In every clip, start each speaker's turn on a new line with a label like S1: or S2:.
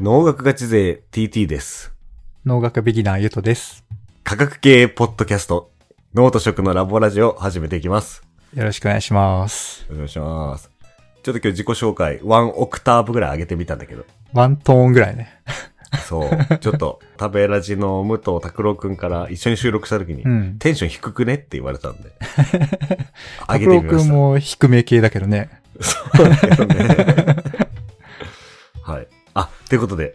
S1: 農学ガチ勢 TT です。
S2: 農学ビギナーゆとです。
S1: 科学系ポッドキャスト、脳と食のラボラジオ始めていきます。
S2: よろしくお願いします。
S1: お願いします。ちょっと今日自己紹介、ワンオクターブぐらい上げてみたんだけど。
S2: ワントーンぐらいね。
S1: そう。ちょっと、食べラジの武藤拓郎くんから一緒に収録した時に、
S2: うん。
S1: テンション低くねって言われたん で。上
S2: 拓
S1: げて
S2: 郎
S1: みま
S2: くん
S1: した。
S2: も低め系だけどね。
S1: そうだけどね。はい。あ、ということで、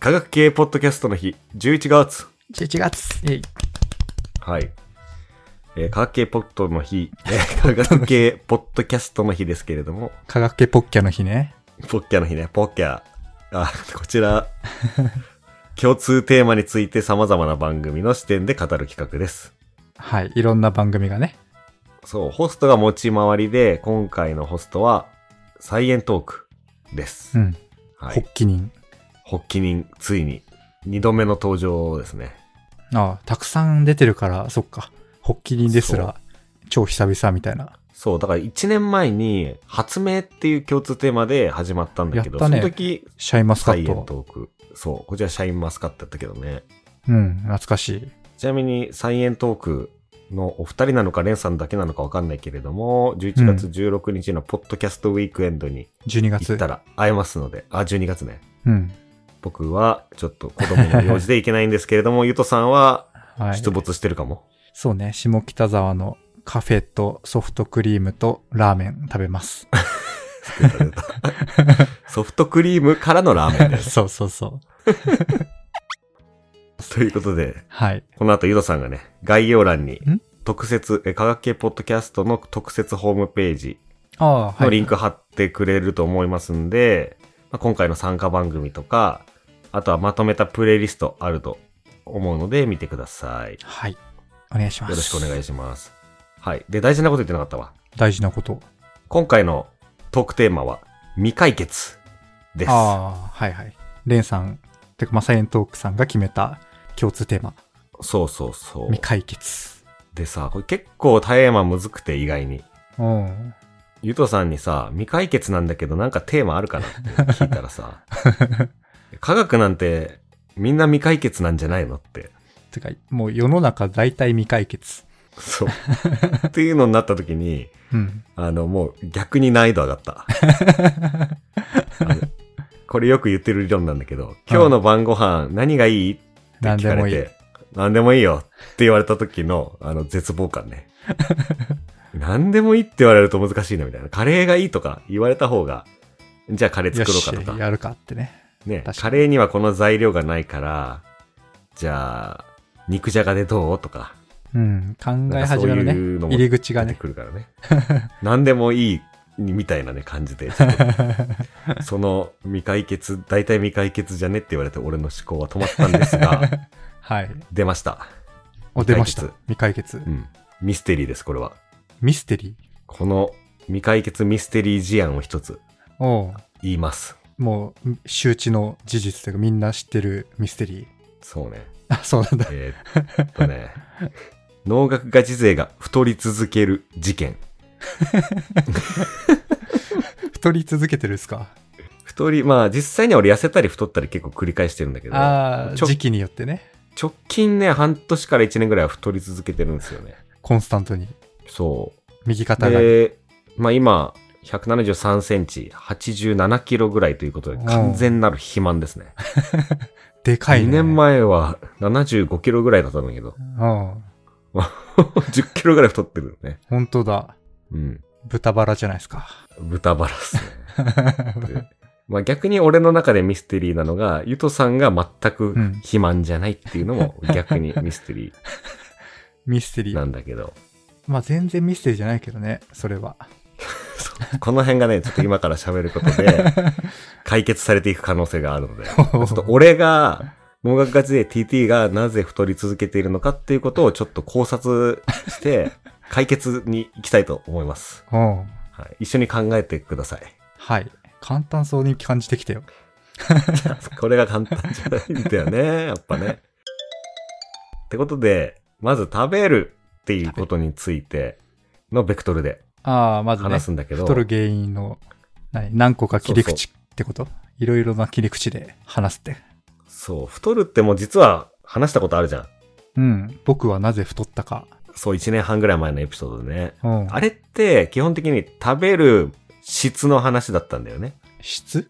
S1: 科学系ポッドキャストの日、11月。
S2: 11月。えい。
S1: はい。えー科学系ポッドの日、えー科学系ポッドキャストの日ですけれども、
S2: 科学系ポッキャの日ね。
S1: ポッキャの日ね、ポッキャ。あ、こち ら、共通テーマについて様々な番組の視点で語る企画です。
S2: はい。いろんな番組がね。
S1: そう、ホストが持ち回りで、今回のホストは、サイエントークです。
S2: うん。
S1: は
S2: ホ
S1: い。
S2: ッキ人。
S1: 発起人、ついに、二度目の登場ですね。
S2: ああ、たくさん出てるから、そっか。ホッキ人ですら、超久々みたいな。
S1: そう、だから1年前に、発明っていう共通テーマで始まったんだけど、
S2: やったね
S1: その時、
S2: シャインマスカ
S1: サイエ
S2: ッ
S1: ン
S2: ト。
S1: トーク。そう、こちらシャインマスカットだったけどね。
S2: うん。懐かしい。
S1: ちなみに、サイエントークのお二人なのか、レンさんだけなのかわかんないけれども、11月16日のポッドキャストウィークエンドに
S2: 12
S1: 行っ
S2: 月
S1: た。ら会えますので、あ、12月ね。
S2: うん。
S1: 僕は、ちょっと子供の用事で行けないんですけれど も、ゆとさんは
S2: はい。
S1: 出没してるかも。
S2: そうね。下北沢のカフェとソフトクリームとラーメン食 べます。
S1: 出た出たソフトクリームからのラーメン です。
S2: そうそうそう。
S1: ということで、
S2: はい。
S1: この後、ゆとさんがね、概要欄に
S2: ん、
S1: 特設、え科学系ポッドキャストの特設ホームページ、
S2: ああ、はい。
S1: のリンク貼ってくれると思いますんで、まあ今回の参加番組とか、あとはまとめたプレイリストあると思うので見てください。よ
S2: はい。お願いします。
S1: ろしくお願い
S2: す。
S1: します。はい。で、大事なこと言ってなかったわ。
S2: 大事なこと。
S1: 今回のトークテーマは、未解決です。
S2: ああ、はいはい。レンさん、てか、まあサイエントークさんが決めた共通テーマ、
S1: そうそうそう。
S2: 未解決。
S1: でさ、これ結構テーマむずくて意外に。
S2: うん。
S1: ゆとさんにさ、未解決なんだけどなんかテーマあるかなって聞いたら さ、科学なんてみんな未解決なんじゃないのって
S2: てか、もう世の中大体未解決。
S1: そう。っていうのになった時に、
S2: うん。
S1: あの、もう逆に難易度上がった。あのこれよく言ってる理論なんだけど、今日の晩ご飯何がいいって
S2: 何
S1: 聞
S2: で
S1: か
S2: も
S1: れ
S2: いい。
S1: て、何でもいいよって言われた時の、あの、絶望感ね。 何でもいいって言われると難しいなみたいな。カレーがいいとか言われた方が、じゃあカレー
S2: よ
S1: 作ろう
S2: し
S1: かと、か。
S2: やるかってね。
S1: ね、
S2: 確かに
S1: カレーにはこの材料がないから、じゃあ、肉じゃがでどうとか。
S2: うん。考え始め
S1: な
S2: る
S1: んかそういうの
S2: ね。
S1: も
S2: 入り口が
S1: 出て
S2: ね。
S1: くるからね。 何でもいいみたいなね、感 じで。ちょっとその未解決、大体未解決じゃねって言われて俺の思考は止まったんですが、
S2: はい。
S1: 出ました。
S2: お、出ました
S1: 未。
S2: 未解決
S1: う。ん。ミステリーです、これは。
S2: ミステリ
S1: この未解決ミステリー事案を一つ
S2: ー。おう
S1: 言います。
S2: もう、周知の事実というか、みんな知ってるミステリー。
S1: そうね。
S2: あ、そうなんだ。
S1: えーっと ね。農学ガチ勢が太り続ける事件。
S2: 太り続けてるんですか
S1: 太り、まあ実際には俺痩せたり太ったり結構繰り返してるんだけど、
S2: ああ、
S1: ちょ
S2: 時期によってね。
S1: 直近ね、半年から1年ぐらいは太り続けてるんですよね。
S2: コンスタントに。
S1: そ
S2: 右
S1: う。
S2: 肩が。
S1: で、まあ今、173センチ、87キロぐらいということで、
S2: うん
S1: 完全なる肥満ですね。
S2: でかいね。
S1: 2年。前は75キロぐらいだったんだけど、
S2: うん。
S1: 10キロぐらい太ってるね。
S2: 本当だ。
S1: うん。
S2: 豚バラじゃないですか。
S1: 豚バラっすね。でまあ逆に俺の中でミステリーなのが、ゆとさんが全く
S2: うん
S1: 肥満じゃないっていうのも逆にミステリ
S2: ミステリ
S1: ーな
S2: ー。
S1: んだけど、
S2: まあ全然ミステリーじゃないけどね、それは。
S1: そうこの辺がね、ちょっと今から喋ること で、解決されていく可能性があるので、ちょっと俺が、農学ガチで TT がなぜ太り続けているのかっていうことをちょっと考察して、解決に行きたいと思います。
S2: うん。
S1: はい、一緒に考えてくださ い。
S2: はい。簡単そうに感じてきたよ。
S1: これが簡単じゃないんだよね、やっぱね。ってことで、まず食べるっていうことについてのベクトルで
S2: ああ、まずね
S1: 話、すんだけど、
S2: 太る原因の何何個か切り口ってこといろいろな切り口で話すって。
S1: そう、太るってもう実は話したことあるじゃん。
S2: うん。僕はなぜ太ったか。
S1: そう、1年半ぐらい前のエピソードでね。
S2: うん。
S1: あれって基本的に食べる質の話だったんだよね。
S2: 質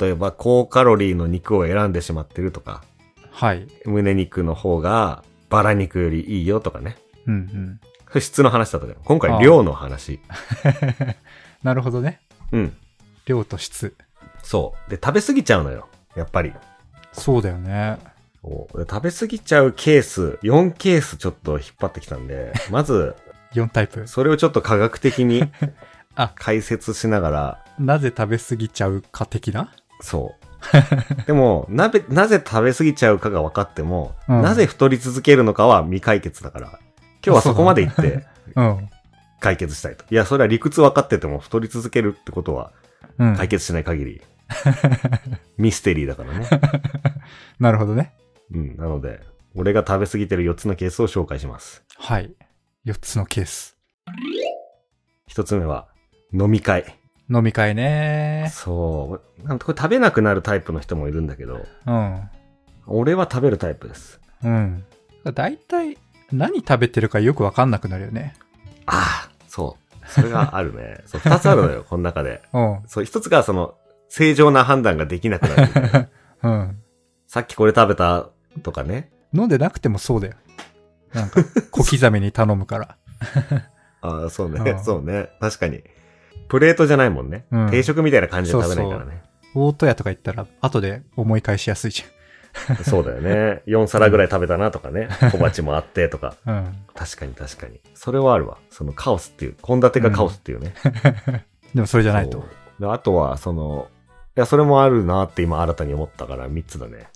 S1: 例えば高カロリーの肉を選んでしまってるとか、
S2: はい。
S1: 胸肉の方がバラ肉よりいいよとかね。
S2: うんうん。
S1: それ質の話だったじゃん。今
S2: あ
S1: 回
S2: あ
S1: 量の話。
S2: なるほどね。
S1: うん。
S2: 量と質。
S1: そう。で、食べ過ぎちゃうのよ。やっぱり。
S2: そうだよね。
S1: そうで食べ過ぎちゃうケース、4ケースちょっと引っ張ってきたんで、まず、
S2: 4タイプ。
S1: それをちょっと科学的に
S2: あ
S1: 解説しながら、
S2: なぜ食べ過ぎちゃうか的な
S1: そう。 でも、なべ、なぜ食べ過ぎちゃうかが分かっても、
S2: うん
S1: なぜ太り続けるのかは未解決だから、今日はそこまで行って
S2: うん。
S1: 解決したい と。いや、それは理屈分かってても太り続けるってことは
S2: うん。
S1: 解決しない 限り、ミステリーだからね。
S2: なるほどね。
S1: うん、なので、俺が食べ過ぎてる4つのケースを紹介します。
S2: はい。4つのケース。
S1: 1つ目は、飲み会。
S2: 飲み会ね。
S1: そう。なんかこれ食べなくなるタイプの人もいるんだけど、
S2: うん。
S1: 俺は食べるタイプです。
S2: うん。だいたい何食べてるかよくわかんなくなるよね。
S1: ああ、そう。それがあるね。そう、二つあるのよ、この中で。
S2: うん。
S1: そう、一つがその、正常な判断ができなくなる。
S2: うん。
S1: さっきこれ食べたとかね。
S2: 飲んでなくてもそうだよ。なん か、小刻みに頼むから。
S1: ああ、そう
S2: う
S1: ね、
S2: ん
S1: そうね。確かに。プレートじゃないもんね。
S2: うん
S1: 定食みたいな感じで食べないからね。
S2: 大戸屋とか行ったら、後で思い返しやすいじ
S1: そうだよね。4皿ぐらい食べたなとかね。小鉢もあってとか。
S2: ゃん。うん。
S1: 確かに確かに。それはあるわ。そのカオスっていう、献立がカオスっていうね。
S2: でもそれじゃないと
S1: そ。うであとは、その、いや、それもあるなって今新たに思ったから、3つだ ね。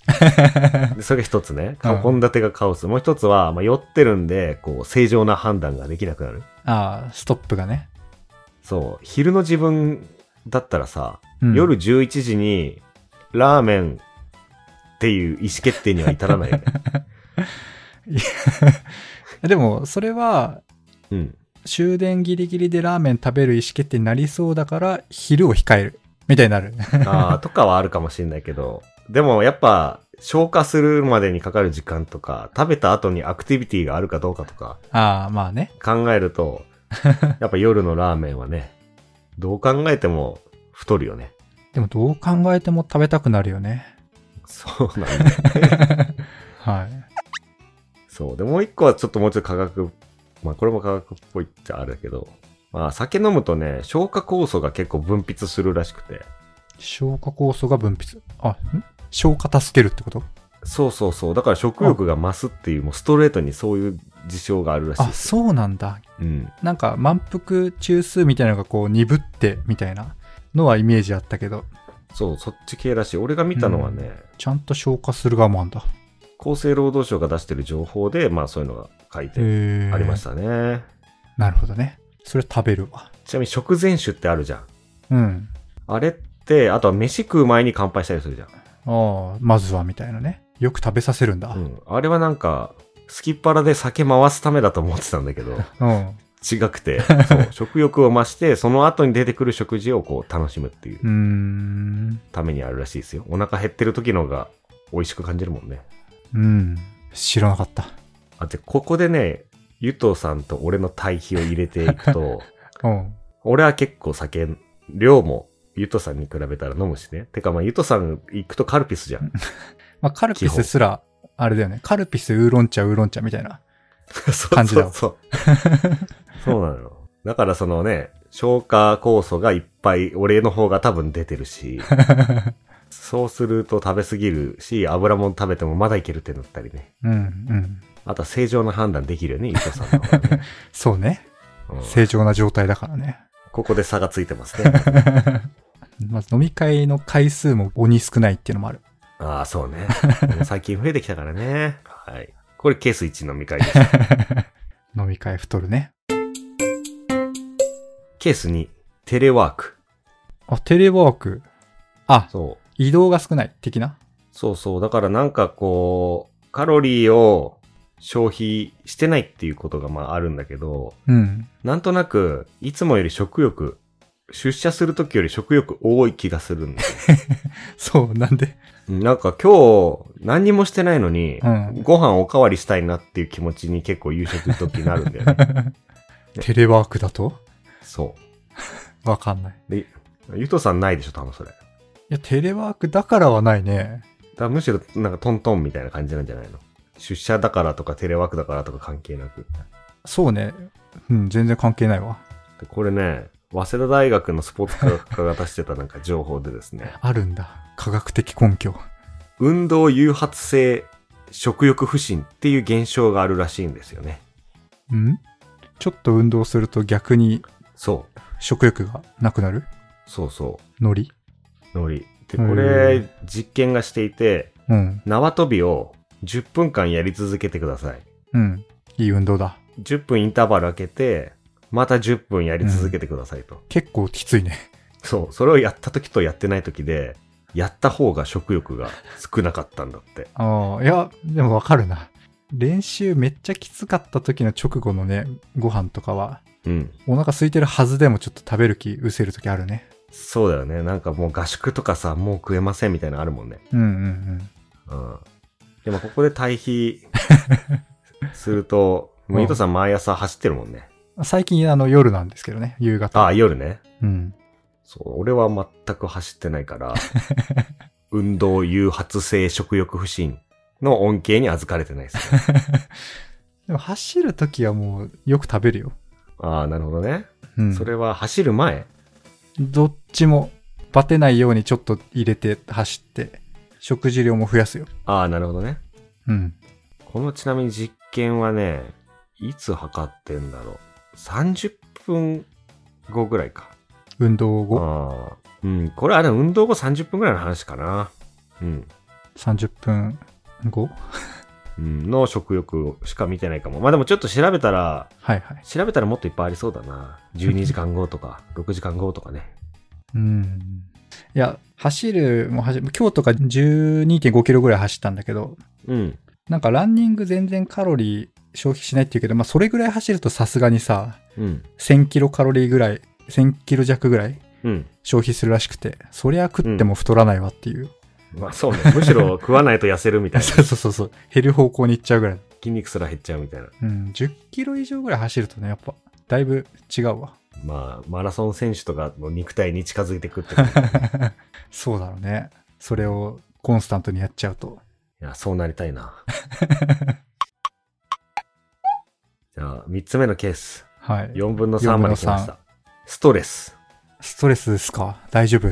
S1: でそれが1つね。
S2: うん
S1: 献立がカオス。もう1つは、まあ、酔ってるんで、こう、正常な判断ができなくなる。
S2: ああ、ストップがね。
S1: そう。昼の自分だったらさ、
S2: うん
S1: 夜11時に、ラーメンっていう意思決定には至ら ないよね。
S2: でも、それは、
S1: うん。
S2: 終電ギリギリでラーメン食べる意思決定になりそうだから、昼を控える。みたいになる。
S1: あーとかはあるかもしれないけど、でもやっぱ、消化するまでにかかる時間とか、食べた後にアクティビティがあるかどうかとか、
S2: ああ、まあね。
S1: 考える と、やっぱ夜のラーメンはね、どう考えても太るよね。
S2: でも、どう考えても食べたくなるよね。
S1: そうなん だ。
S2: はい。
S1: そう。で、もう一個はちょっともうちょっと科学、まあこれも科学っぽいっちゃあれだけど、まあ酒飲むとね、消化酵素が結構分泌するらしくて、
S2: 消化酵素が分泌。あ、ん消化助けるってこと
S1: そうそうそう。だから食欲が増すっていう、もうストレートにそういう事象があるらしい
S2: あ、。そうなんだ。
S1: うん。
S2: なんか満腹中枢みたいなのがこう鈍ってみたいなのはイメージあったけど、
S1: そう、そっち系らしい。俺が見たのはね、
S2: ちゃんと消化する側もあんだ。
S1: 厚生労働省が出してる情報で、まあそういうのが書いて
S2: へえ。
S1: ありましたね。
S2: なるほどね。それ食べるわ。
S1: ちなみに食前酒ってあるじゃん。
S2: うん。
S1: あれって、あとは飯食う前に乾杯したりするじゃん。
S2: ああ、まずはみたいなね。よく食べさせるんだ。
S1: う。ん。あれはなんか、すきっ腹で酒回すためだと思ってたんだけど、
S2: うん。
S1: 違くて、そう、食欲を増して、その後に出てくる食事をこう楽しむっていう
S2: うーん。
S1: ためにあるらしいですよ。お腹減ってる時の方が美味しく感じるもんね。
S2: うん。知らなかった。
S1: あ、で、ここでね、ゆとうさんと俺の対比を入れていくと、
S2: うん。
S1: 俺は結構酒、量もゆとさんに比べたら飲むしね。てかまあゆとさん行くとカルピスじゃん。
S2: まあ、カルピスすら、あれだよね。カルピス、ウーロン茶、ウーロン茶みたいな。
S1: そう
S2: 感じだわ
S1: そうそう。そうなのよ。だからそのね、消化酵素がいっぱい、俺の方が多分出てる し、そうすると食べ過ぎるし、油もん食べてもまだいけるってなったりね。
S2: うん、うん。
S1: あとは正常な判断できるよね、伊藤さんの方が ね、
S2: そうね。
S1: うん
S2: 正常な状態だからね。
S1: ここで差がついてますね。
S2: まず飲み会の回数も鬼少ないっていうのもある。
S1: ああ、そう ね。もう最近増えてきたからね。はい。これケース1飲み会です。
S2: 飲み会太るね。
S1: ケース2、テレワーク。
S2: あ、テレワーク。あ、
S1: そう。
S2: 移動が少ない的な
S1: そうそう。だからなんかこう、カロリーを消費してないっていうことがまああるんだけど、
S2: うん。
S1: なんとなく、いつもより食欲出社するときより食欲多い気がするんだよ。
S2: そう、なんで。
S1: なんか今日、何にもしてないのに
S2: う、ん。
S1: ご飯おかわりしたいなっていう気持ちに結構夕食の時になるんだよね。
S2: テレワークだと
S1: そ
S2: わかんない。
S1: う。で、ゆとさんないでしょ、多分それ。だか
S2: いや、テレワークだからはないね。
S1: らむしろ、なんかトントンみたいな感じなんじゃないの出社だからとかテレワークだからとか関係なく。
S2: そうね。うん、全然関係ないわ。
S1: でこれね、早稲田大学のスポーツ科学科が出してたなんか情報でですね、
S2: あるんだ。科学的根拠。
S1: 運動誘発性食欲不振っていう現象があるらしいんですよね。
S2: んちょっと運動すると逆に
S1: そう。
S2: 食欲がなくなる
S1: そうそ
S2: ノリ
S1: う。ノリ。で、
S2: へー
S1: これ、実験がしていて、
S2: うん。
S1: 縄跳びを10分間やり続けてください。
S2: うん。いい運動だ。
S1: 10分インターバル開けて、また10分やり続けてくださいと。
S2: 結構きついね。
S1: そう。それをやった時とやってない時で、やった方が食欲が少なかったんだって。
S2: ああ、いや、でもわかるな。練習めっちゃきつかった時の直後のね、ご飯とかは、
S1: うん。
S2: お腹空いてるはずでもちょっと食べる気失せる時あるね。
S1: そうだよね。なんかもう合宿とかさ、もう食えませんみたいなのあるもんね。
S2: うんうんうん。
S1: うん。でもここで対 比すると、もう
S2: うん
S1: 伊藤さん毎朝走ってるもんね。
S2: 最近あの夜なんですけどね、夕方。
S1: ああ、夜ね。
S2: うん。
S1: そう、俺は全く走ってない から、運動誘発性食欲不振の恩恵に預かれてないですね。
S2: でも走る時はもうよく食べるよ。
S1: ああ、なるほどね。
S2: うん。
S1: それは走る前。
S2: どっちもバテないようにちょっと入れて走って、食事量も増やすよ。
S1: ああ、なるほどね。
S2: うん。
S1: このちなみに実験はね、いつ測ってんだろう。30分後ぐらいか。
S2: 運動後、
S1: ああ。うん、これあれ運動後30分ぐらいの話かな。うん。
S2: 30分後
S1: うん、の食欲しか見てないかも。まあでもちょっと調べたら、
S2: はいはい。
S1: 調べたらもっといっぱいありそうだな。12時間後とか、6時間後とかね。
S2: うん。いや、走るも走る、今日とか12.5キロぐらい走ったんだけど、
S1: うん。
S2: なんかランニング全然カロリー消費しないっていうけど、まあそれぐらい走るとさすがにさ、
S1: うん。
S2: 1000キロカロリーぐらい、1000キロ弱ぐらい
S1: うん。
S2: 消費するらしくて、そりゃ食っても太らないわっていう。
S1: まあそうね。むしろ食わないと痩せるみたいな。
S2: そうそうそうそう。減る方向に行っちゃうぐらい。
S1: 筋肉すら減っちゃうみたいな。
S2: うん、10キロ以上ぐらい走るとね、やっぱ、だいぶ違うわ。
S1: まあ、マラソン選手とかの肉体に近づいてくってこと。い
S2: そうだろうね。それをコンスタントにやっちゃうと。
S1: や、そうなりたいな。じゃあ、3つ目のケース。
S2: はい。
S1: 4分の3まで来まし
S2: 4分の
S1: た。ストレス。
S2: ストレスですか大丈夫。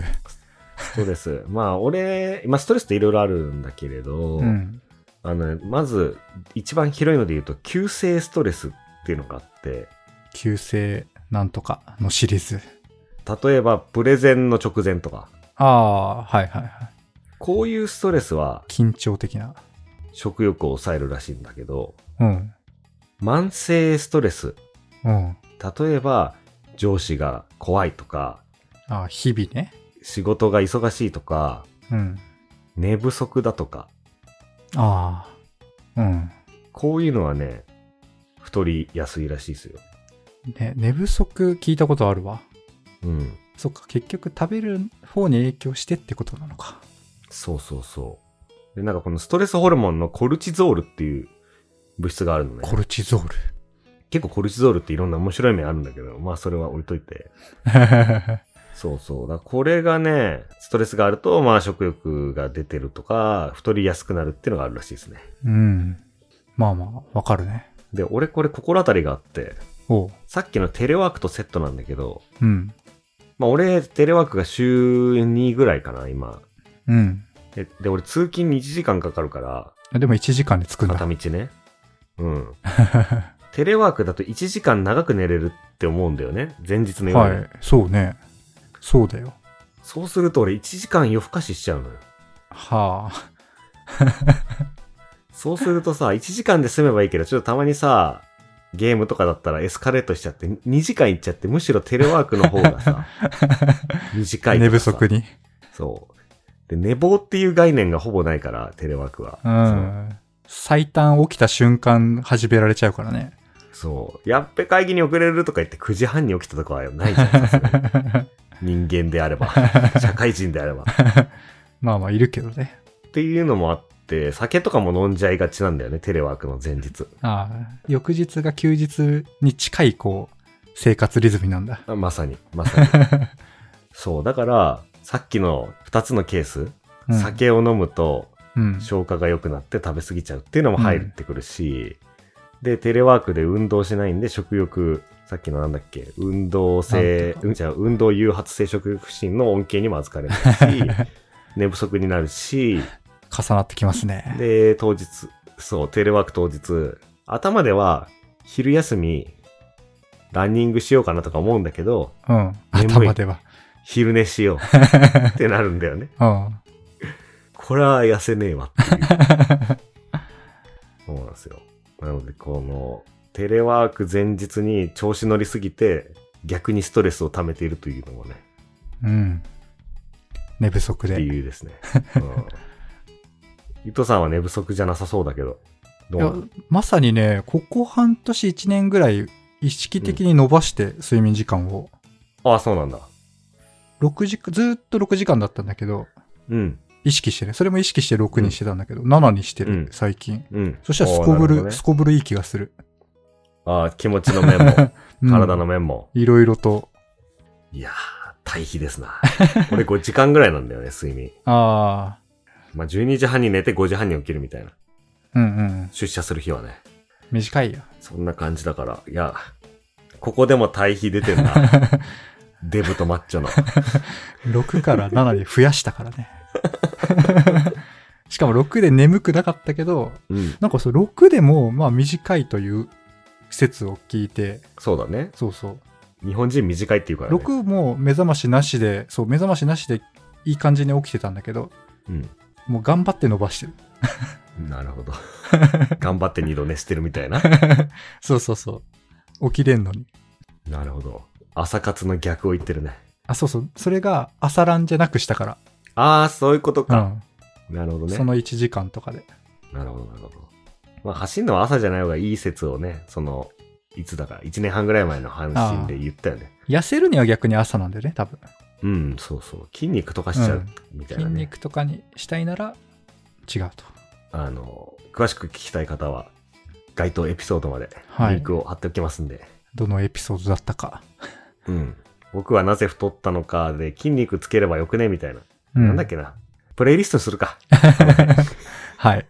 S1: ストレス。まあ、俺、今ストレスっていろいろあるんだけれど、
S2: うん。
S1: あのね、まず、一番広いので言うと、急性ストレスっていうのがあって、
S2: 急性なんとかのシリーズ。
S1: 例えば、プレゼンの直前とか、
S2: ああー、はいはいはい。
S1: こういうストレスは
S2: 緊張的な。
S1: 食欲を抑えるらしいんだけど、
S2: うん。
S1: 慢性ストレス、
S2: うん。
S1: 例えば、上司が怖いとか、
S2: ああ、日々ね。
S1: 仕事が忙しいとか、
S2: うん。
S1: 寝不足だとか、
S2: ああ。うん。
S1: こういうのはね、太りやすいらしいですよ。
S2: ね、寝不足聞いたことあるわ。
S1: うん。
S2: そっか、結局食べる方に影響してってことなのか。
S1: そうそうそう。で、なんかこのストレスホルモンのコルチゾールっていう物質があるのね
S2: コ。ルチゾール。
S1: 結構コルチゾールっていろんな面白い面あるんだけど、まあそれは置いといて。そうそう。だからこれがね、ストレスがあると、まあ食欲が出てるとか、太りやすくなるっていうのがあるらしいですね。
S2: うん。まあまあ、わかるね。
S1: で、俺これ心当たりがあって、
S2: おう。
S1: さっきのテレワークとセットなんだけど、
S2: うん。
S1: まあ俺、テレワークが週2ぐらいかな、今。
S2: うん。
S1: で、で俺通勤に1時間かかるから、
S2: でも1時間で着くん
S1: 片
S2: だ。
S1: 道ね。うん。テレワークだと1時間長く寝れるって思うんだよね。前日の夜
S2: は
S1: に。
S2: い。そうね。そうだよ。
S1: そうすると俺1時間夜更かししちゃうのよ。
S2: はあ。
S1: そうするとさ、1時 間で済めばいいけど、ちょっとたまにさ、ゲームとかだったらエスカレートしちゃって、2時間いっちゃって、むしろテレワークの方が さ、短いと
S2: 寝
S1: か
S2: 不
S1: さ。
S2: 足に。
S1: そう。で、寝坊っていう概念がほぼないから、テレワークは。
S2: う
S1: そ
S2: ん。最短起きた瞬間始められちゃうからね。
S1: うそう。やっべ会議に遅れるとか言って9時半に起きたとかはないじゃんさすがに。人間であれば、社会人であれば。っ
S2: まあまあいるけどね。
S1: ていうのもあって、酒とかも飲んじゃいがちなんだよね、テレワークの前日。
S2: ああ、翌日が休日に近いこう、生活リズムなんだ。
S1: あまさに、ま さに。そう、だから、さっきの2つのケース、
S2: うん、
S1: 酒を飲むと
S2: うん。
S1: 消化が良くなって食べ過ぎちゃうっていうのも入ってくるし、で、テレワークで運動しないんで食欲、さっきのなんだっけ、運動
S2: なん
S1: 性
S2: と、か
S1: うんじゃあ運動誘発性食欲不振の恩恵にも預かれないし、 寝不足になるし、
S2: 重なってきますね。
S1: で、当日、そう、テレワーク当日、頭では昼休み、ランニングしようかなとか思うんだけど、
S2: うん。
S1: 眠い
S2: 頭では。
S1: 昼寝しよう ってなるんだよね。
S2: うん。
S1: これは痩せねえわって いう。そうなんですよ。なので、この、テレワーク前日に調子乗りすぎて、逆にストレスを溜めているというのもね、
S2: うん。寝不足で。
S1: 理由ですね。うん、伊藤さんは寝不足じゃなさそうだけど、どう
S2: いや
S1: なの
S2: まさにね、ここ半年1年ぐらい意識的に伸ばして睡眠時間を。
S1: ああ、そうなんだ。
S2: 6時間、ずーっと6時間だったんだけど、
S1: うん、
S2: 意識してね。それも意識して6にしてたんだけど、7にしてる、
S1: うん
S2: 最近。
S1: うん。
S2: そしたらす
S1: ああ
S2: こぶ
S1: な
S2: る、
S1: ほどね
S2: すこぶるいい気がする。
S1: ああ、気持ちの面も、
S2: うん
S1: 体の面も。
S2: いろいろと。
S1: いやー、対比です な。俺5時間ぐらいなんだよね、睡眠。
S2: あ
S1: まあ、12時半に寝て5時半に起きるみたいな。
S2: あ、うんうん。
S1: 出社する日はね。
S2: 短いよ。
S1: そんな感じだから。いや、ここでも対比出てん な。デブとマッチョの。
S2: 6から7で増やしたからね。しかも6で眠くなかったけど、
S1: うん。
S2: なんかそう6でもまあ短いという説を聞いて、
S1: そうだね。
S2: そうそう。
S1: 日本人短いっていうからね。
S2: 6も目覚ましなしで、そう、目覚ましなしでいい感じに起きてたんだけど、
S1: うん。
S2: もう頑張って伸ばしてる。
S1: なるほど。頑張って二度寝してるみた いな。
S2: そうそうそう。起きれんのに。
S1: なるほど。朝活の逆を言ってるね。
S2: あ、そうそう。それが朝ランじゃなくしたか
S1: ああ、そういうこと
S2: ら。
S1: か。
S2: うん。
S1: なるほどね
S2: そ。の1時間とかで。
S1: なるほど、なるほど。まあ、走るのは朝じゃない方がいい説をね、その、いつだか、1年半ぐらい前の阪神で言ったよね。
S2: 痩せるには逆に朝なんだよね、多分。
S1: うん、そうそう。筋肉溶かしちゃうみたい
S2: 筋
S1: なね。
S2: 肉とかにしたいなら違うと。
S1: あの、詳しく聞きたい方は、該当エピソードまで
S2: はい
S1: リンクを貼っておきますんで。
S2: どのエピソードだったか。
S1: うん。僕はなぜ太ったのかで筋肉つければよくねみたいな。
S2: うん、
S1: なんだっけな。プレイリストにするか。
S2: はい。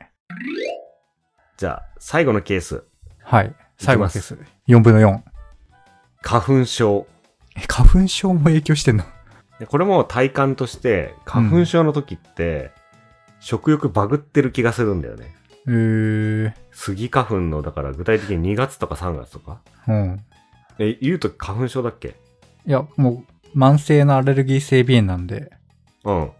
S1: じゃあ、最後のケース。
S2: はい。最後の
S1: いき
S2: ケー
S1: ます
S2: ス。4分の4。
S1: 花粉症。
S2: え花粉症も影響してんの
S1: でこれも体感として、花粉症の時って、食欲バグってる気がするんだよね。
S2: えー、
S1: スギ花粉の、だから具体的に2月とか3月とか。
S2: うん。
S1: え、言うと花粉症だっけ
S2: いや、もう、慢性のアレルギー性鼻炎なんで、
S1: うん。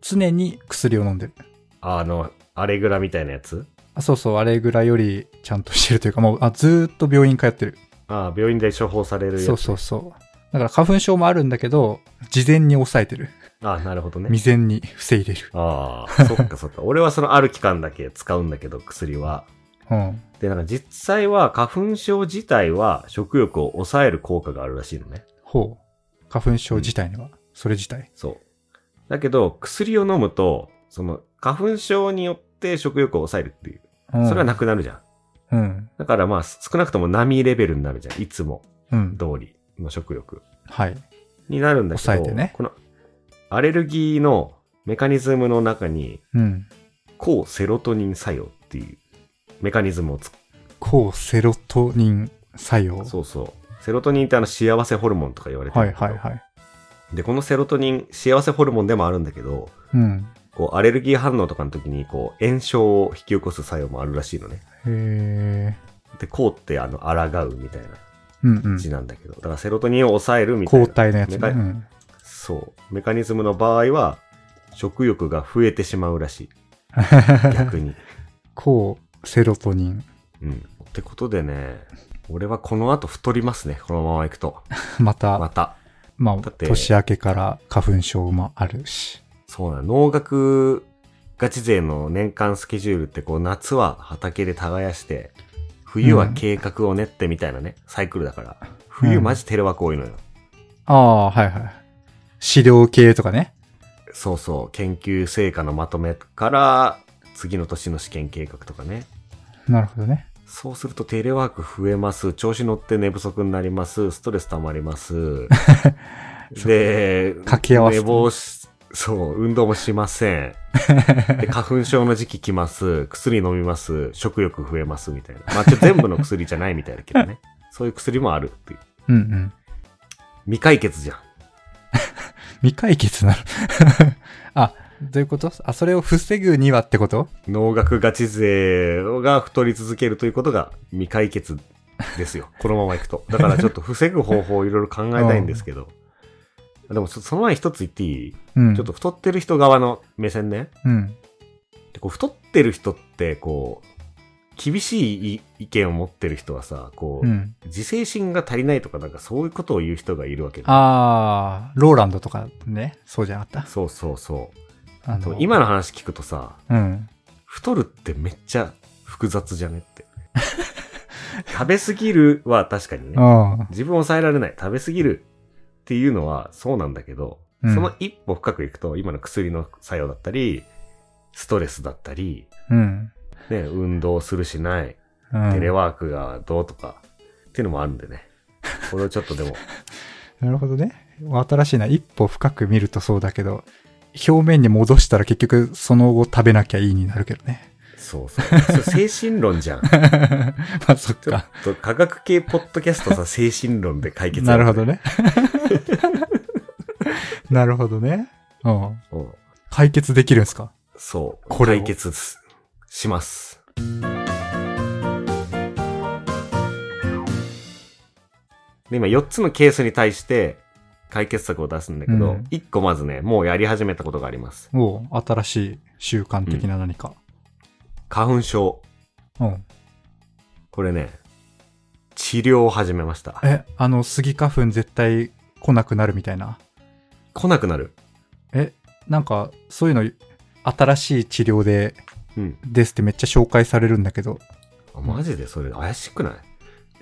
S2: 常に薬を飲んでる。
S1: あの、アレグラみたいなやつ
S2: あそうそう、あれぐらいよりちゃんとしてるというか、もう、あずーっと病院通ってる。
S1: ああ、病院で処方されるやつ。
S2: そうそうそう。だから花粉症もあるんだけど、事前に抑えてる。
S1: ああ、なるほどね。
S2: 未然に防いでる。
S1: ああ、そっかそっか。俺はそのある期間だけ使うんだけど、薬は。
S2: うん。
S1: で、なんか実際は花粉症自体は食欲を抑える効果があるらしいのね。
S2: ほう。花粉症自体には、それ自体。
S1: そう。だけど、薬を飲むと、その花粉症によって食欲を抑えるっていう。
S2: うん、
S1: それはなくなるじゃん。
S2: うん。
S1: だからまあ、少なくとも波レベルになるじゃん。いつも
S2: うん。
S1: 通りの食欲
S2: はい。
S1: になるんだけど、
S2: 抑えてね
S1: このアレルギーのメカニズムの中に、
S2: うん。
S1: 抗セロトニン作用っていうメカニズムを作
S2: 抗セロトニン作用。
S1: そうそう。セロトニンってあの幸せホルモンとか言われて
S2: は
S1: るん
S2: い
S1: だけど
S2: はいはい。
S1: で、このセロトニン、幸せホルモンでもあるんだけど、
S2: うん。
S1: こう、アレルギー反応とかの時に、こう、炎症を引き起こす作用もあるらしいのね。
S2: へえ。
S1: で、抗って、あの、抗うみたい
S2: うんう。
S1: なん字なんだけど、だからセロトニンを抑えるみたいな。
S2: 抗体のやつ
S1: メ
S2: ね。
S1: カ
S2: うん。
S1: そう。メカニズムの場合は、食欲が増えてしまうら しい。逆に。
S2: 抗セロトニン。
S1: うん。ってことでね、俺はこの後太りますね。このまま行くと。
S2: また、
S1: また。
S2: まあ、
S1: だって
S2: 年明けから花粉症もあるし。
S1: そうなの農学ガチ勢の年間スケジュールってこう夏は畑で耕して冬は計画を練ってみたいなね、サイクルだから冬マジテレワーク多いのよ、
S2: ああ、はいはい。資料系とかね。
S1: そうそう、研究成果のまとめから、次の年の試験計画とかね。
S2: なるほどね。
S1: そうするとテレワーク増えます。調子乗って寝不足になります。ストレス溜まり ます。で、
S2: 掛け合わせ
S1: 寝坊し、そう、運動もしませ ん。で、花粉症の時期来ます。薬飲みます。食欲増えます。みたいな。まあ、ちょ全部の薬じゃないみたいだけどね。そういう薬もあるっていう。
S2: うんうん。
S1: 未解決じゃん。
S2: 未解決なの。 あ、どういうことあ、それを防ぐにはってこと
S1: 農学ガチ勢が太り続けるということが未解決です よ。このままいくと。だからちょっと防ぐ方法をいろいろ考えたいんですけど。でもそその前に一つ言っていい、
S2: うん。
S1: ちょっと太ってる人側の目線ね。
S2: うん。
S1: でこう太ってる人って、こう、厳しい意意見を持ってる人はさ、こう、
S2: うん。
S1: 自制心が足りないとかなんかそういうことを言う人がいるわけだ
S2: あー、ローランドとかね。そうじゃなかっ
S1: そうそうそう。
S2: た。あ
S1: でも今の話聞くとさ、
S2: うん。
S1: 太るってめっちゃ複雑じゃねって。食べ過ぎるは確かにね。
S2: うん。
S1: 自分を抑えられない。食べ過ぎるっていうのはそうなんだけど、
S2: うん
S1: その一歩深くいくと、今の薬の作用だったり、ストレスだったり、
S2: うん。
S1: ね、運動するしない、
S2: うん
S1: テレワークがどうとか、っていうのもあるんで ね。これをちょっとでも、
S2: なるほどね。新しいな。一歩深く見るとそうだけど、表面に戻したら結局その後食べなきゃいいになるけどね。
S1: そうそう。それ精神論じゃん。 ち
S2: まあそっ
S1: ょっ
S2: か。
S1: と科学系ポッドキャストさ、精神論で解決
S2: なるほど
S1: ね。
S2: ね。なるほどね。うん。
S1: うん
S2: 解決できるんですか
S1: そう。
S2: これを
S1: 解決すします。で、今4つのケースに対して解決策を出すんだけど、
S2: うん
S1: 1個まずね、もうやり始めたことがあります。
S2: おう新しい習慣的な何か。
S1: 花粉症。
S2: うん。
S1: これね、治療を始めました。
S2: え、あの、スギ花粉絶対来なくなるみたいな。
S1: 来なくなる。
S2: え、なんか、そういうの、新しい治療で、
S1: うん。
S2: ですってめっちゃ紹介されるんだけど。
S1: あマジでそれ怪しくない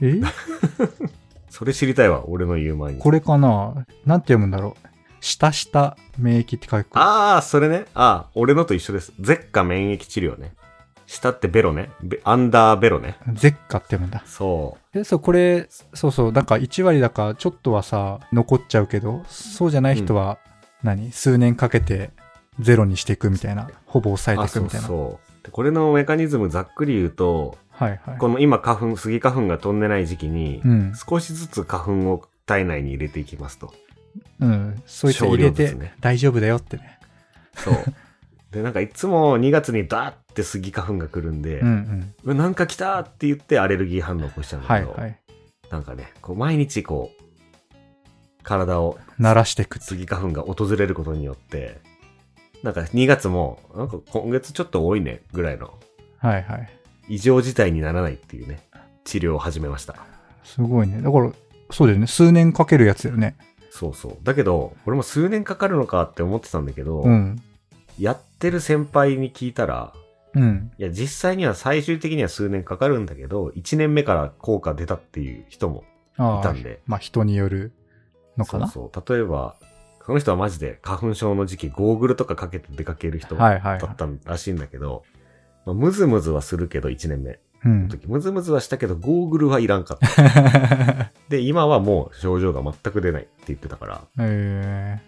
S2: え
S1: それ知りたいわ、俺の言う前に。
S2: これかななんて読むんだろう。下下免疫って書く。
S1: ああ、それね。ああ、俺のと一緒です。舌下免疫治療ね。下ってベロね。ベアンダーベロね。
S2: ゼッカって読むんだ。
S1: そう。
S2: え、そう、これ、そうそう、なんか1割だからちょっとはさ、残っちゃうけど、そうじゃない人は何、数年かけてゼロにしていくみたいな。ほぼ抑えていくみたいな。
S1: あそうそうでこれのメカニズムざっくり言うと、
S2: はいはい。
S1: この今花粉、スギ花粉が飛んでない時期に、
S2: うん。
S1: 少しずつ花粉を体内に入れていきますと。
S2: うん。そういった入れ
S1: 少量
S2: て
S1: ずつね、
S2: 大丈夫だよってね。
S1: そう。で、なんかいつも2月にダーってスギ花粉が来るんで、
S2: うんうん。
S1: うわなんか来たって言ってアレルギー反応起こしちゃうんだ
S2: は
S1: け
S2: い
S1: ど、
S2: はい。
S1: なんかね、こう毎日こう、体を
S2: 鳴らしていくって。
S1: スギ花粉が訪れることによって、なんか2月も、なんか今月ちょっと多いねぐらいの
S2: はいはい。
S1: 異常事態にならないっていうね、治療を始めました。
S2: すごいね。だから、そうだよね。数年かけるやつだよね。
S1: そうそう。だけど、俺も数年かかるのかって思ってたんだけど、
S2: うん。
S1: やってる先輩に聞いたら、
S2: うん。
S1: いや、実際には最終的には数年かかるんだけど、1年目から効果出たっていう人も
S2: あ
S1: いた
S2: あ
S1: ん、で。
S2: まあ人によるのかな。
S1: そうそう。例えば、この人はマジで花粉症の時期、ゴーグルとかかけて出かける人だ
S2: はいはい、は
S1: ったらしいんだけど、まあムズムズはするけど、1年目
S2: い。う
S1: の
S2: ん。
S1: 時。ムズムズはしたけど、ゴーグルはいらんかった。 で、今はもう症状が全く出ないって言ってたから、
S2: え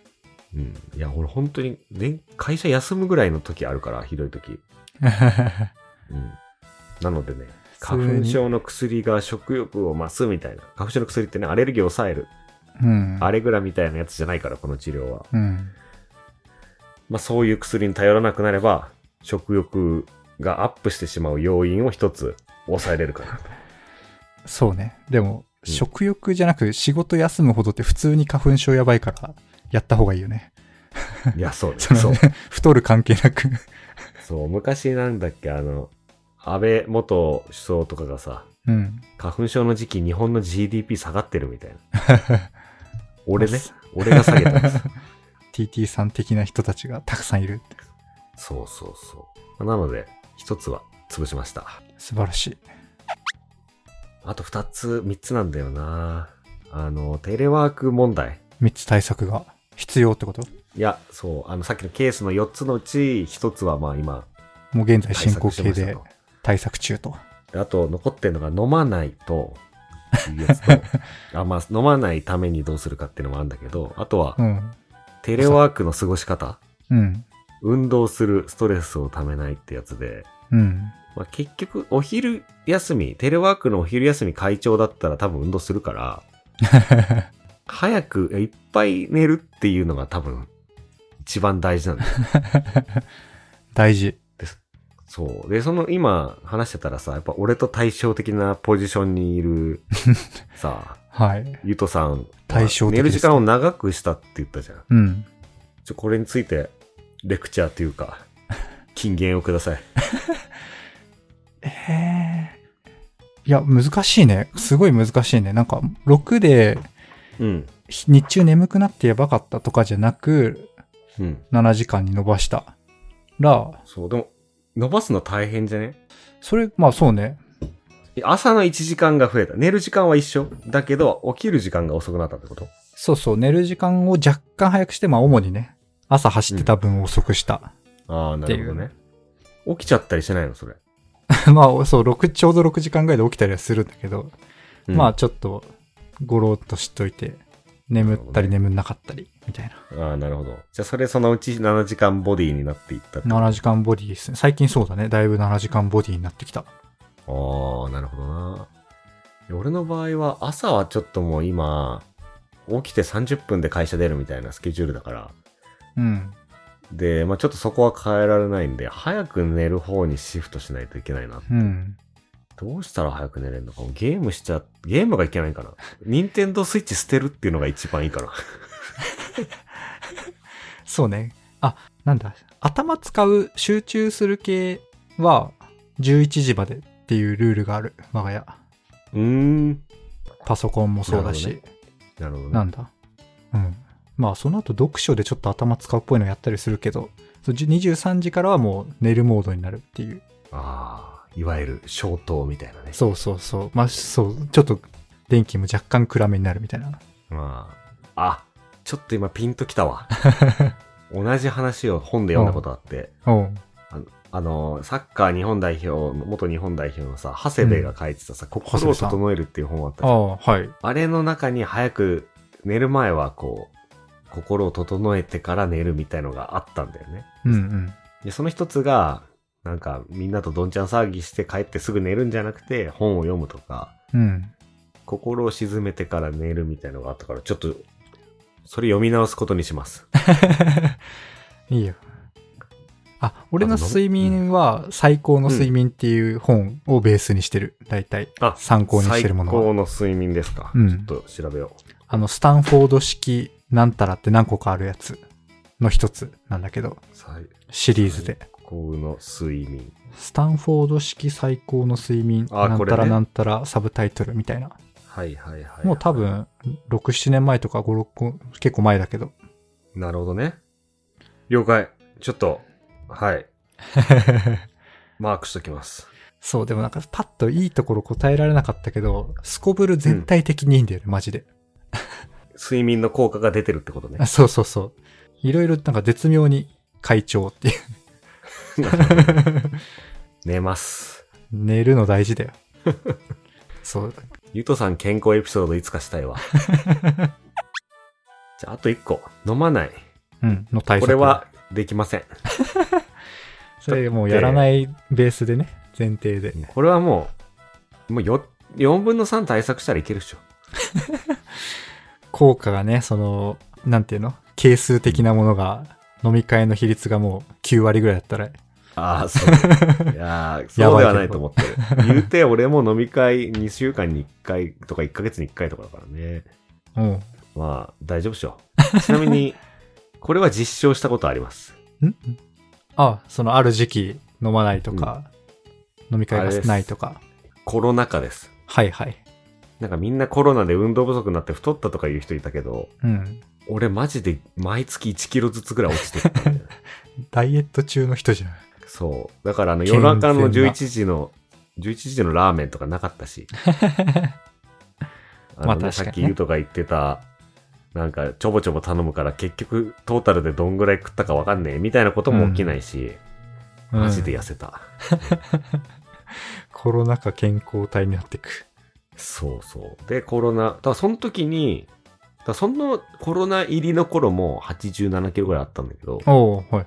S1: うん。いや、俺本当に、ね、会社休むぐらいの時あるから、ひどい時。
S2: ー
S1: うん。なのでね、
S2: 普通に
S1: 花粉症の薬が食欲を増すみたいな。花粉症の薬ってね、アレルギーを抑える。
S2: うん。
S1: アレグラみたいなやつじゃないから、この治療は。
S2: うん。
S1: まあそういう薬に頼らなくなれば、食欲がアップしてしまう要因を一つ抑えれるかな。
S2: そうね。でも、
S1: うん
S2: 食欲じゃなく仕事休むほどって普通に花粉症やばいから、やった方がいいよね。
S1: いや、そうね。
S2: その
S1: そう。
S2: 太る関係なく。
S1: そう、昔なんだっけ、あの、安倍元首相とかがさ、
S2: うん。
S1: 花粉症の時期日本の GDP 下がってるみたいな。俺ね、俺が下げたんです
S2: TT さん的な人たちがたくさんいる。
S1: そうそうそう。なので、一つは潰しました。
S2: 素晴らしい。
S1: あと二つ、三つなんだよな。あの、テレワーク問題。
S2: 3つ対策が。必要ってこと
S1: いや、そう、あの、さっきのケースの4つのうち、1つはまあ今、
S2: もう現在
S1: 対
S2: 進行
S1: 策して
S2: 形
S1: ました
S2: で
S1: と。
S2: 対策中と。
S1: であと、残ってるのが飲まないと、いうやつと あ、まあ、飲まないためにどうするかっていうのもあるんだけど、あとは
S2: う、ん。
S1: テレワークの過ごし方、
S2: うん。
S1: 運動する、ストレスをためないってやつで、
S2: うん。
S1: まあ、結局、お昼休み、テレワークのお昼休み会長だったら多分運動するから、 早くいやいっぱい寝るっていうのが多分一番大事なん だよ。
S2: 大事。
S1: そう。で、その今話してたらさ、やっぱ俺と対照的なポジションにい るさ、
S2: はい。
S1: ゆとさん。
S2: 対照的
S1: 寝る
S2: ですね
S1: 時間を長くしたって言ったじゃん。
S2: うん。
S1: ちょ、これについてレクチャーという か、金言をください。
S2: へえ。いや、難しいね。すごい難しいね。なんか、6で
S1: うん。
S2: ひ日中眠くなってやばかったとかじゃなく、
S1: うん。
S2: 7時間に伸ばしたら、
S1: そう、でも、伸ばすの大変じゃね
S2: それ、まあそうね。
S1: 朝の1時間が増えた。寝る時間は一緒。だけど、起きる時間が遅くなったってこと
S2: そうそう、寝る時間を若干早くして、まあ主にね、朝走ってた分遅くした。
S1: ああ、なるほど
S2: っ
S1: ね。起きちゃったりしないのそれ。
S2: まあそう、6、ちょうど6時間ぐらいで起きたりはするんだけど、
S1: うん
S2: まあちょっと、ごろっとしといて、眠ったり
S1: な
S2: 眠んなかったり、みたいな。
S1: ああ、なるほど。じゃあ、それそのうち7時間ボディになっていったって
S2: 7時間ボディですね。最近そうだね。だいぶ7時間ボディになってきた。
S1: ああ、なるほどな。俺の場合は、朝はちょっともう今、起きて30分で会社出るみたいなスケジュールだから。
S2: うん。
S1: で、まあちょっとそこは変えられないんで、早く寝る方にシフトしないといけないな。
S2: うん。
S1: どうしたら早く寝れるのかもうゲームしちゃ、ゲームがいけないかな。任天堂スイッチ捨てるっていうのが一番いいかな。
S2: そうね。あ、なんだ。頭使う、集中する系は、11時までっていうルールがある。我が家。
S1: うーん。
S2: パソコンもそうだし。
S1: なるなるほど
S2: な
S1: ね。
S2: んだ。うん。まあ、その後読書でちょっと頭使うっぽいのやったりするけど、そうじ23時からはもう寝るモードになるっていう。
S1: ああ、いわゆる消灯みたいなね。
S2: そうそうそう。まあ、そう、ちょっと電気も若干暗めになるみたいな。
S1: まあ、あ、ちょっと今ピンときた わ。同じ話を本で読んだことあって、
S2: おう
S1: あの、サッカー日本代表、元日本代表のさ、長谷部が書いてたさ、心を整えるっていう本あったじゃん
S2: あ、はい。
S1: あれの中に早く寝る前はこう、心を整えてから寝るみたいのがあったんだよね。
S2: うんうん。
S1: で、その一つが、なんかみんなとどんちゃん騒ぎして帰ってすぐ寝るんじゃなくて、本を読むとか、
S2: うん。
S1: 心を静めてから寝るみたいのがあったから、ちょっと、それ読み直すことにします。
S2: いいよ。あ、俺の
S1: あと飲む
S2: 睡眠は最高の睡眠っていう本をベースにしてる。大体。
S1: あ
S2: 参考にしてるも
S1: 最
S2: のは。
S1: 高の睡眠ですか。
S2: うん
S1: ちょっと調べよ
S2: あの、スタンフォード式なんたらって何個かあるやつの一つなんだけど、
S1: う。最
S2: シリーズで。
S1: 高の睡眠。
S2: スタンフォード式最高の睡眠、
S1: あ
S2: なん
S1: こ
S2: た
S1: れ
S2: ら
S1: ね
S2: なんたらサブタイトルみたいな。
S1: はいはいはい、はい。
S2: もう多。分、6、7年前とか5、6個、結構前だ けど。
S1: なるほどね。了解。ちょっと、はい。マークしときます。
S2: そう、でもなんかパッといいところ答えられなかったけど、すこぶる全体的にいいんだよね、マジで。
S1: 睡眠の効果が出てるってことね
S2: あ。そうそうそう。いろいろなんか絶妙に会長っ ていう。
S1: 寝ます。
S2: 寝るの大事だよ。そう。
S1: ゆとさん健康エピソードいつかしたい わ。じゃあ、あと一個。飲まない。
S2: うん、の対策。
S1: これは、できません。
S2: それもうやらないベースでね、前提で。
S1: これはもう、もうよ4分の3対策したらいけるでしょ。
S2: 効果がね、その、なんていうの係数的なものが、飲み会の比率がもう9割ぐらいだったら、
S1: ああ、 そう。いやー
S2: や
S1: そう
S2: ば
S1: では
S2: いけど
S1: ないと思ってる。言うて、俺も飲み会2週間に1回とか1ヶ月に1回とかだからね。
S2: うん。
S1: まあ、大丈夫でしょう。ちなみ に、これは実証したことあります。
S2: んあ、そのある時期飲まないとか、飲み会がないとか。
S1: コロナ禍です。
S2: はいはい。
S1: なんかみんなコロナで運動不足になって太ったとかいう人いたけど、
S2: うん。
S1: 俺マジで毎月1キロずつぐらい落ちてったんだよね
S2: ダイエット中の人じゃん。
S1: そう。だからあの
S2: 健
S1: 夜
S2: 全な
S1: 中の11時の、11時のラーメンとかなかったし。あのね
S2: まあ確かにね
S1: さっきゆうとが言ってた、なんかちょぼちょぼ頼むから結局トータルでどんぐらい食ったかわかんねえみたいなことも起きないし、
S2: うん
S1: マジで痩せた。
S2: コロナ禍健康体になっていく。
S1: そうそう。で、コロナ、だからその時に、だからそのコロナ入りの頃も87キロぐらいあったんだけど、
S2: おおはいはい。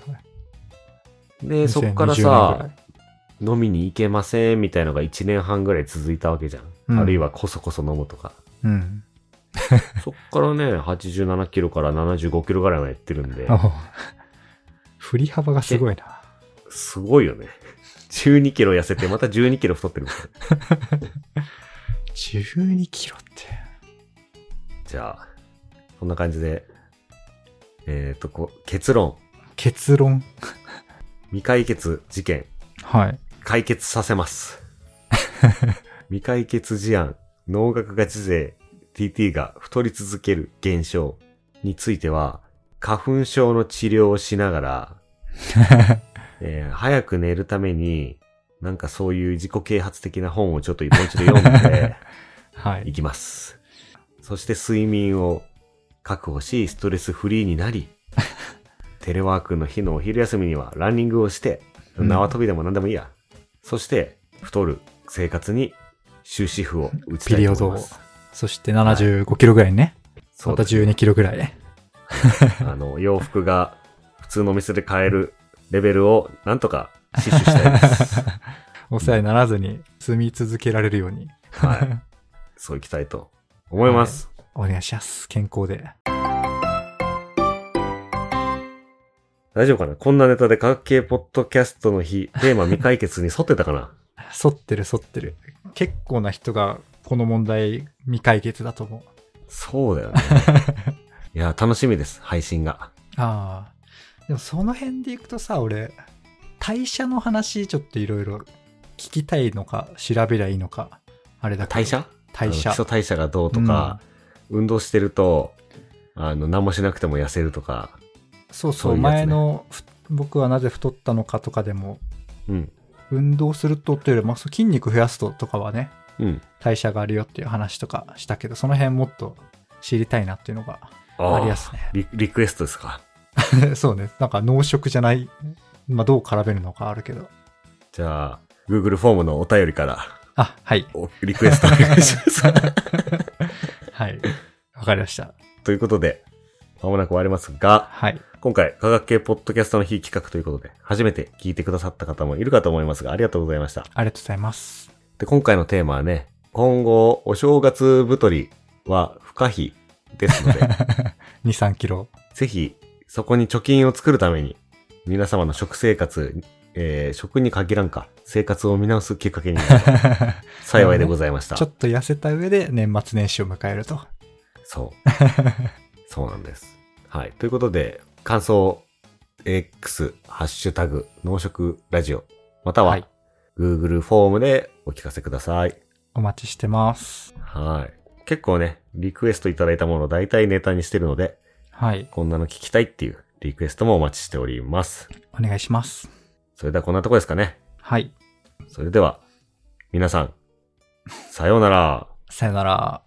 S1: で、そっから
S2: 2020
S1: さ、飲みに行けませんみたいのが1年半ぐらい続いたわけじゃん。
S2: うん
S1: あるいはこそこそ飲むと か。
S2: 年
S1: そっからね、87キロから75キロぐらいまでいってるんで
S2: ぐらい。うん。、おお振り幅がすごいな。
S1: すごいよね。12キロ痩せて、また12キロ太ってるもん。
S2: 12キロって。
S1: じゃあ、こんな感じで、えっ、とこう、結論。
S2: 結論。
S1: 未解決事件、
S2: はい。
S1: 解決させます。未解決事案、農学ガチ勢 TT が太り続ける現象については、花粉症の治療をしながら、えー早く寝るために、なんかそういう自己啓発的な本をちょっともう一度読んで、
S2: はいい。
S1: きます。そして睡眠を確保し、ストレスフリーにな り、テレワークの日のお昼休みにはランニングをして、
S2: うん
S1: 縄跳びでも何でもいいや。そして、太る生活に終止符を打ち
S2: ピ
S1: たい
S2: リ
S1: と思
S2: オ
S1: い
S2: ド
S1: ま
S2: を
S1: す。。
S2: そして75キロぐらいね。
S1: そ
S2: ま
S1: う
S2: た
S1: だ
S2: 12キロぐらい。
S1: あの、洋服が普通のお店で買えるレベルをなんとか死守したい です。
S2: お世話にならずに住み続けられるように。
S1: はい。そういきたいと思います。
S2: お願いします。健康で。
S1: 大丈夫かなこんなネタで科学系ポッドキャストの日、テーマ未解決に沿ってたかな
S2: 反ってる反ってる。結構な人がこの問題未解決だと思う。
S1: そうだよ ね。いや、楽しみです、配信が。
S2: ああ。でもその辺でいくとさ、俺、代謝の話ちょっといろいろ聞きたいのか、調べりゃいいのか、あれだけど
S1: 代謝
S2: 代謝
S1: あの基。礎代謝がどうとか、運動してると、あの、何もしなくても痩せるとか。
S2: そう
S1: そ
S2: そうう、
S1: いうやつね
S2: 前のふ僕はなぜ太ったのかとかでも、
S1: うん。
S2: 運動するとというよりも、そう筋肉増やすととかはね、
S1: うん。
S2: 代謝があるよっていう話とかしたけど、その辺もっと知りたいなっていうのが
S1: あ
S2: ありやすね。
S1: リリクエストですか。
S2: そうね。なんか濃食じゃない、まあどう絡めるのかあるけど。
S1: じゃあ、Google フォームのお便りから、
S2: あ、はい。
S1: おリクエストお願いし ます。
S2: はい。 わかりました。
S1: ということで、まもなく終わりますが、
S2: はい。
S1: 今回、科学系ポッドキャストの日企画ということで、初めて聞いてくださった方もいるかと思いますが、ありがとうございました。
S2: ありがとうございます。
S1: で、今回のテーマはね、今後、お正月太りは不可避ですの で、
S2: 2、3キ ロ。
S1: ぜひ、そこに貯金を作るために、皆様の食生活、えー食に限らんか、生活を見直すきっかけにな れば幸いでございました。
S2: ちょっと痩せた上で年末年始を迎えると。
S1: そう。そう なんです。はい。ということで、感想、X、ハッシュタグ、農食ラジオ、また
S2: は
S1: は、
S2: い
S1: Google フォームでお聞かせください。
S2: お待ちしてます。
S1: はい。結構ね、リクエストいただいたものを大体ネタにしてるので、
S2: はい。
S1: こんなの聞きたいっていうリクエストもお待ちしております。
S2: お願いします。
S1: それではこんなとこですかね。
S2: はい。
S1: それでは、皆さん、さようなら。
S2: さよなら。